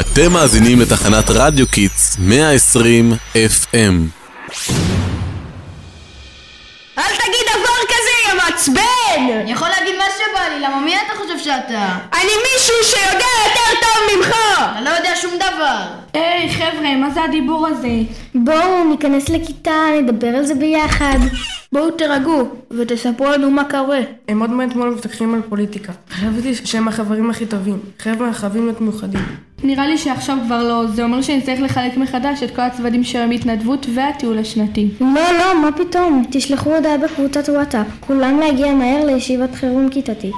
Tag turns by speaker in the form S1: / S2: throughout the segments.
S1: אתם מאזינים לתחנת רדיו קיטס 120 FM.
S2: אל תגיד דבר כזה, יא מעצבן!
S3: אני יכול להגיד מה שבא לי, למה מי אתה חושב שאתה?
S2: אני מישהו שיודע יותר טוב ממך!
S3: אתה לא יודע שום דבר.
S4: היי חבר'ה, מה זה הדיבור הזה?
S5: בואו ניכנס לכיתה, נדבר על זה ביחד.
S6: בואו תירגעו ותספרו לנו מה קורה.
S7: הם עוד מאתמול מתווכחים על פוליטיקה. חשבתי שהם החברים הכי טובים. חבר'ה חייבים להיות מאוחדים.
S4: נראה לי שעכשיו כבר לא, זה אומר שנצטרך לחלק מחדש את כל הצוותים של המתנדבות והטיול השנתי.
S5: לא, לא, מה פתאום? תשלחו הודעה בקבוצת וואטאפ. כולם להגיע מהר לישיבת חירום כיתתי.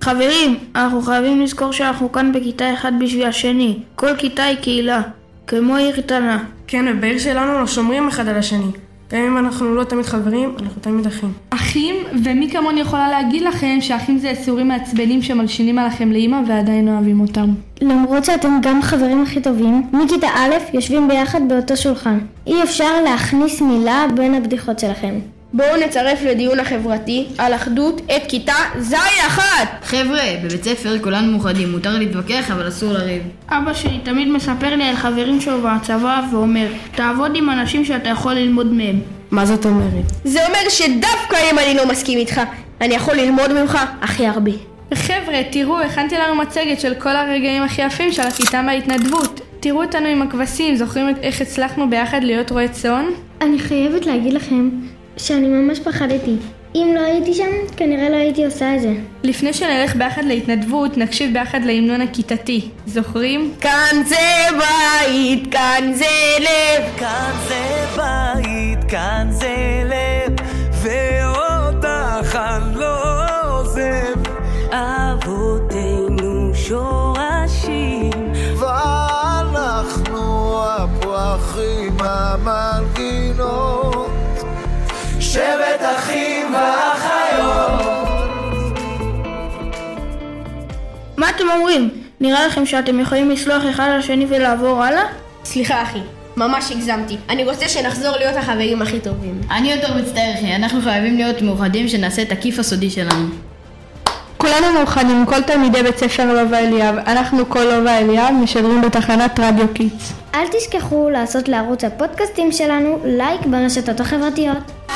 S6: חברים, אנחנו חייבים לזכור שאנחנו כאן בכיתה אחד בשביל השני. כל כיתה היא קהילה, כמו עיר קטנה.
S7: כן, ובעיר שלנו לא שומרים אחד על השני. גם אם אנחנו לא תמיד חברים, אנחנו תמיד אחים.
S4: אחים, ומי כמוני יכולה להגיד לכם שאחים זה יצורים מעצבנים שמלשינים עליכם לאימא ועדיין אוהבים אותם.
S5: למרות שאתם גם חברים הכי טובים, מכיתה א' יושבים ביחד באותו שולחן. אי אפשר להכניס מילה בין הבדיחות שלכם.
S8: בואו נצרף לדיון החברתי על אחדות את כיתה ז' אחת!
S3: חבר'ה, בבית ספר כולנו מאוחדים, מותר להתווכח אבל אסור לריב.
S6: אבא שלי תמיד מספר לי על חברים שלו בצבא ואומר, תעבוד עם אנשים שאתה יכול ללמוד מהם.
S7: מה זאת אומרת?
S2: זה אומר שדווקא אם אני לא מסכים איתך, אני יכול ללמוד ממך הכי הרבה.
S4: חבר'ה, תראו, הכנתי לנו מצגת של כל הרגעים הכי יפים של הכיתה מההתנדבות. תראו אותנו עם הכבשים, זוכרים איך הצלחנו ביחד להיות רועי צאן?
S5: אני חייבת להגיד לכם שאני ממש פחדתי. אם לא הייתי שם, כנראה לא הייתי עושה את זה.
S4: לפני שנלך ביחד להתנדבות, נקשיב ביחד להמנון הכיתתי. זוכרים?
S2: כאן זה בית, כאן זה לב.
S9: כאן זה בית, כאן זה לב, ואותך אני לא עוזב. אבותינו שורשים, ואנחנו הפרחים המלגינות. שבט אחים ואחיות.
S6: מה אתם אומרים? נראה לכם שאתם יכולים לסלוח אחד על השני ולעבור הלאה?
S8: סליחה אחי, ממש הגזמתי. אני רוצה שנחזור להיות החברים הכי טובים.
S3: אני יותר מצטער, אחי, אנחנו חייבים להיות מאוחדים שנעשה את הכיף הסודי שלנו.
S4: כולנו מאוחדים, כל תלמידי בית ספר לובה אליאב. אנחנו כל לובה אליאב משדרים בתחנת רדיו קיטס.
S5: אל תשכחו לעשות לערוץ הפודקאסטים שלנו לייק ברשתות החברתיות.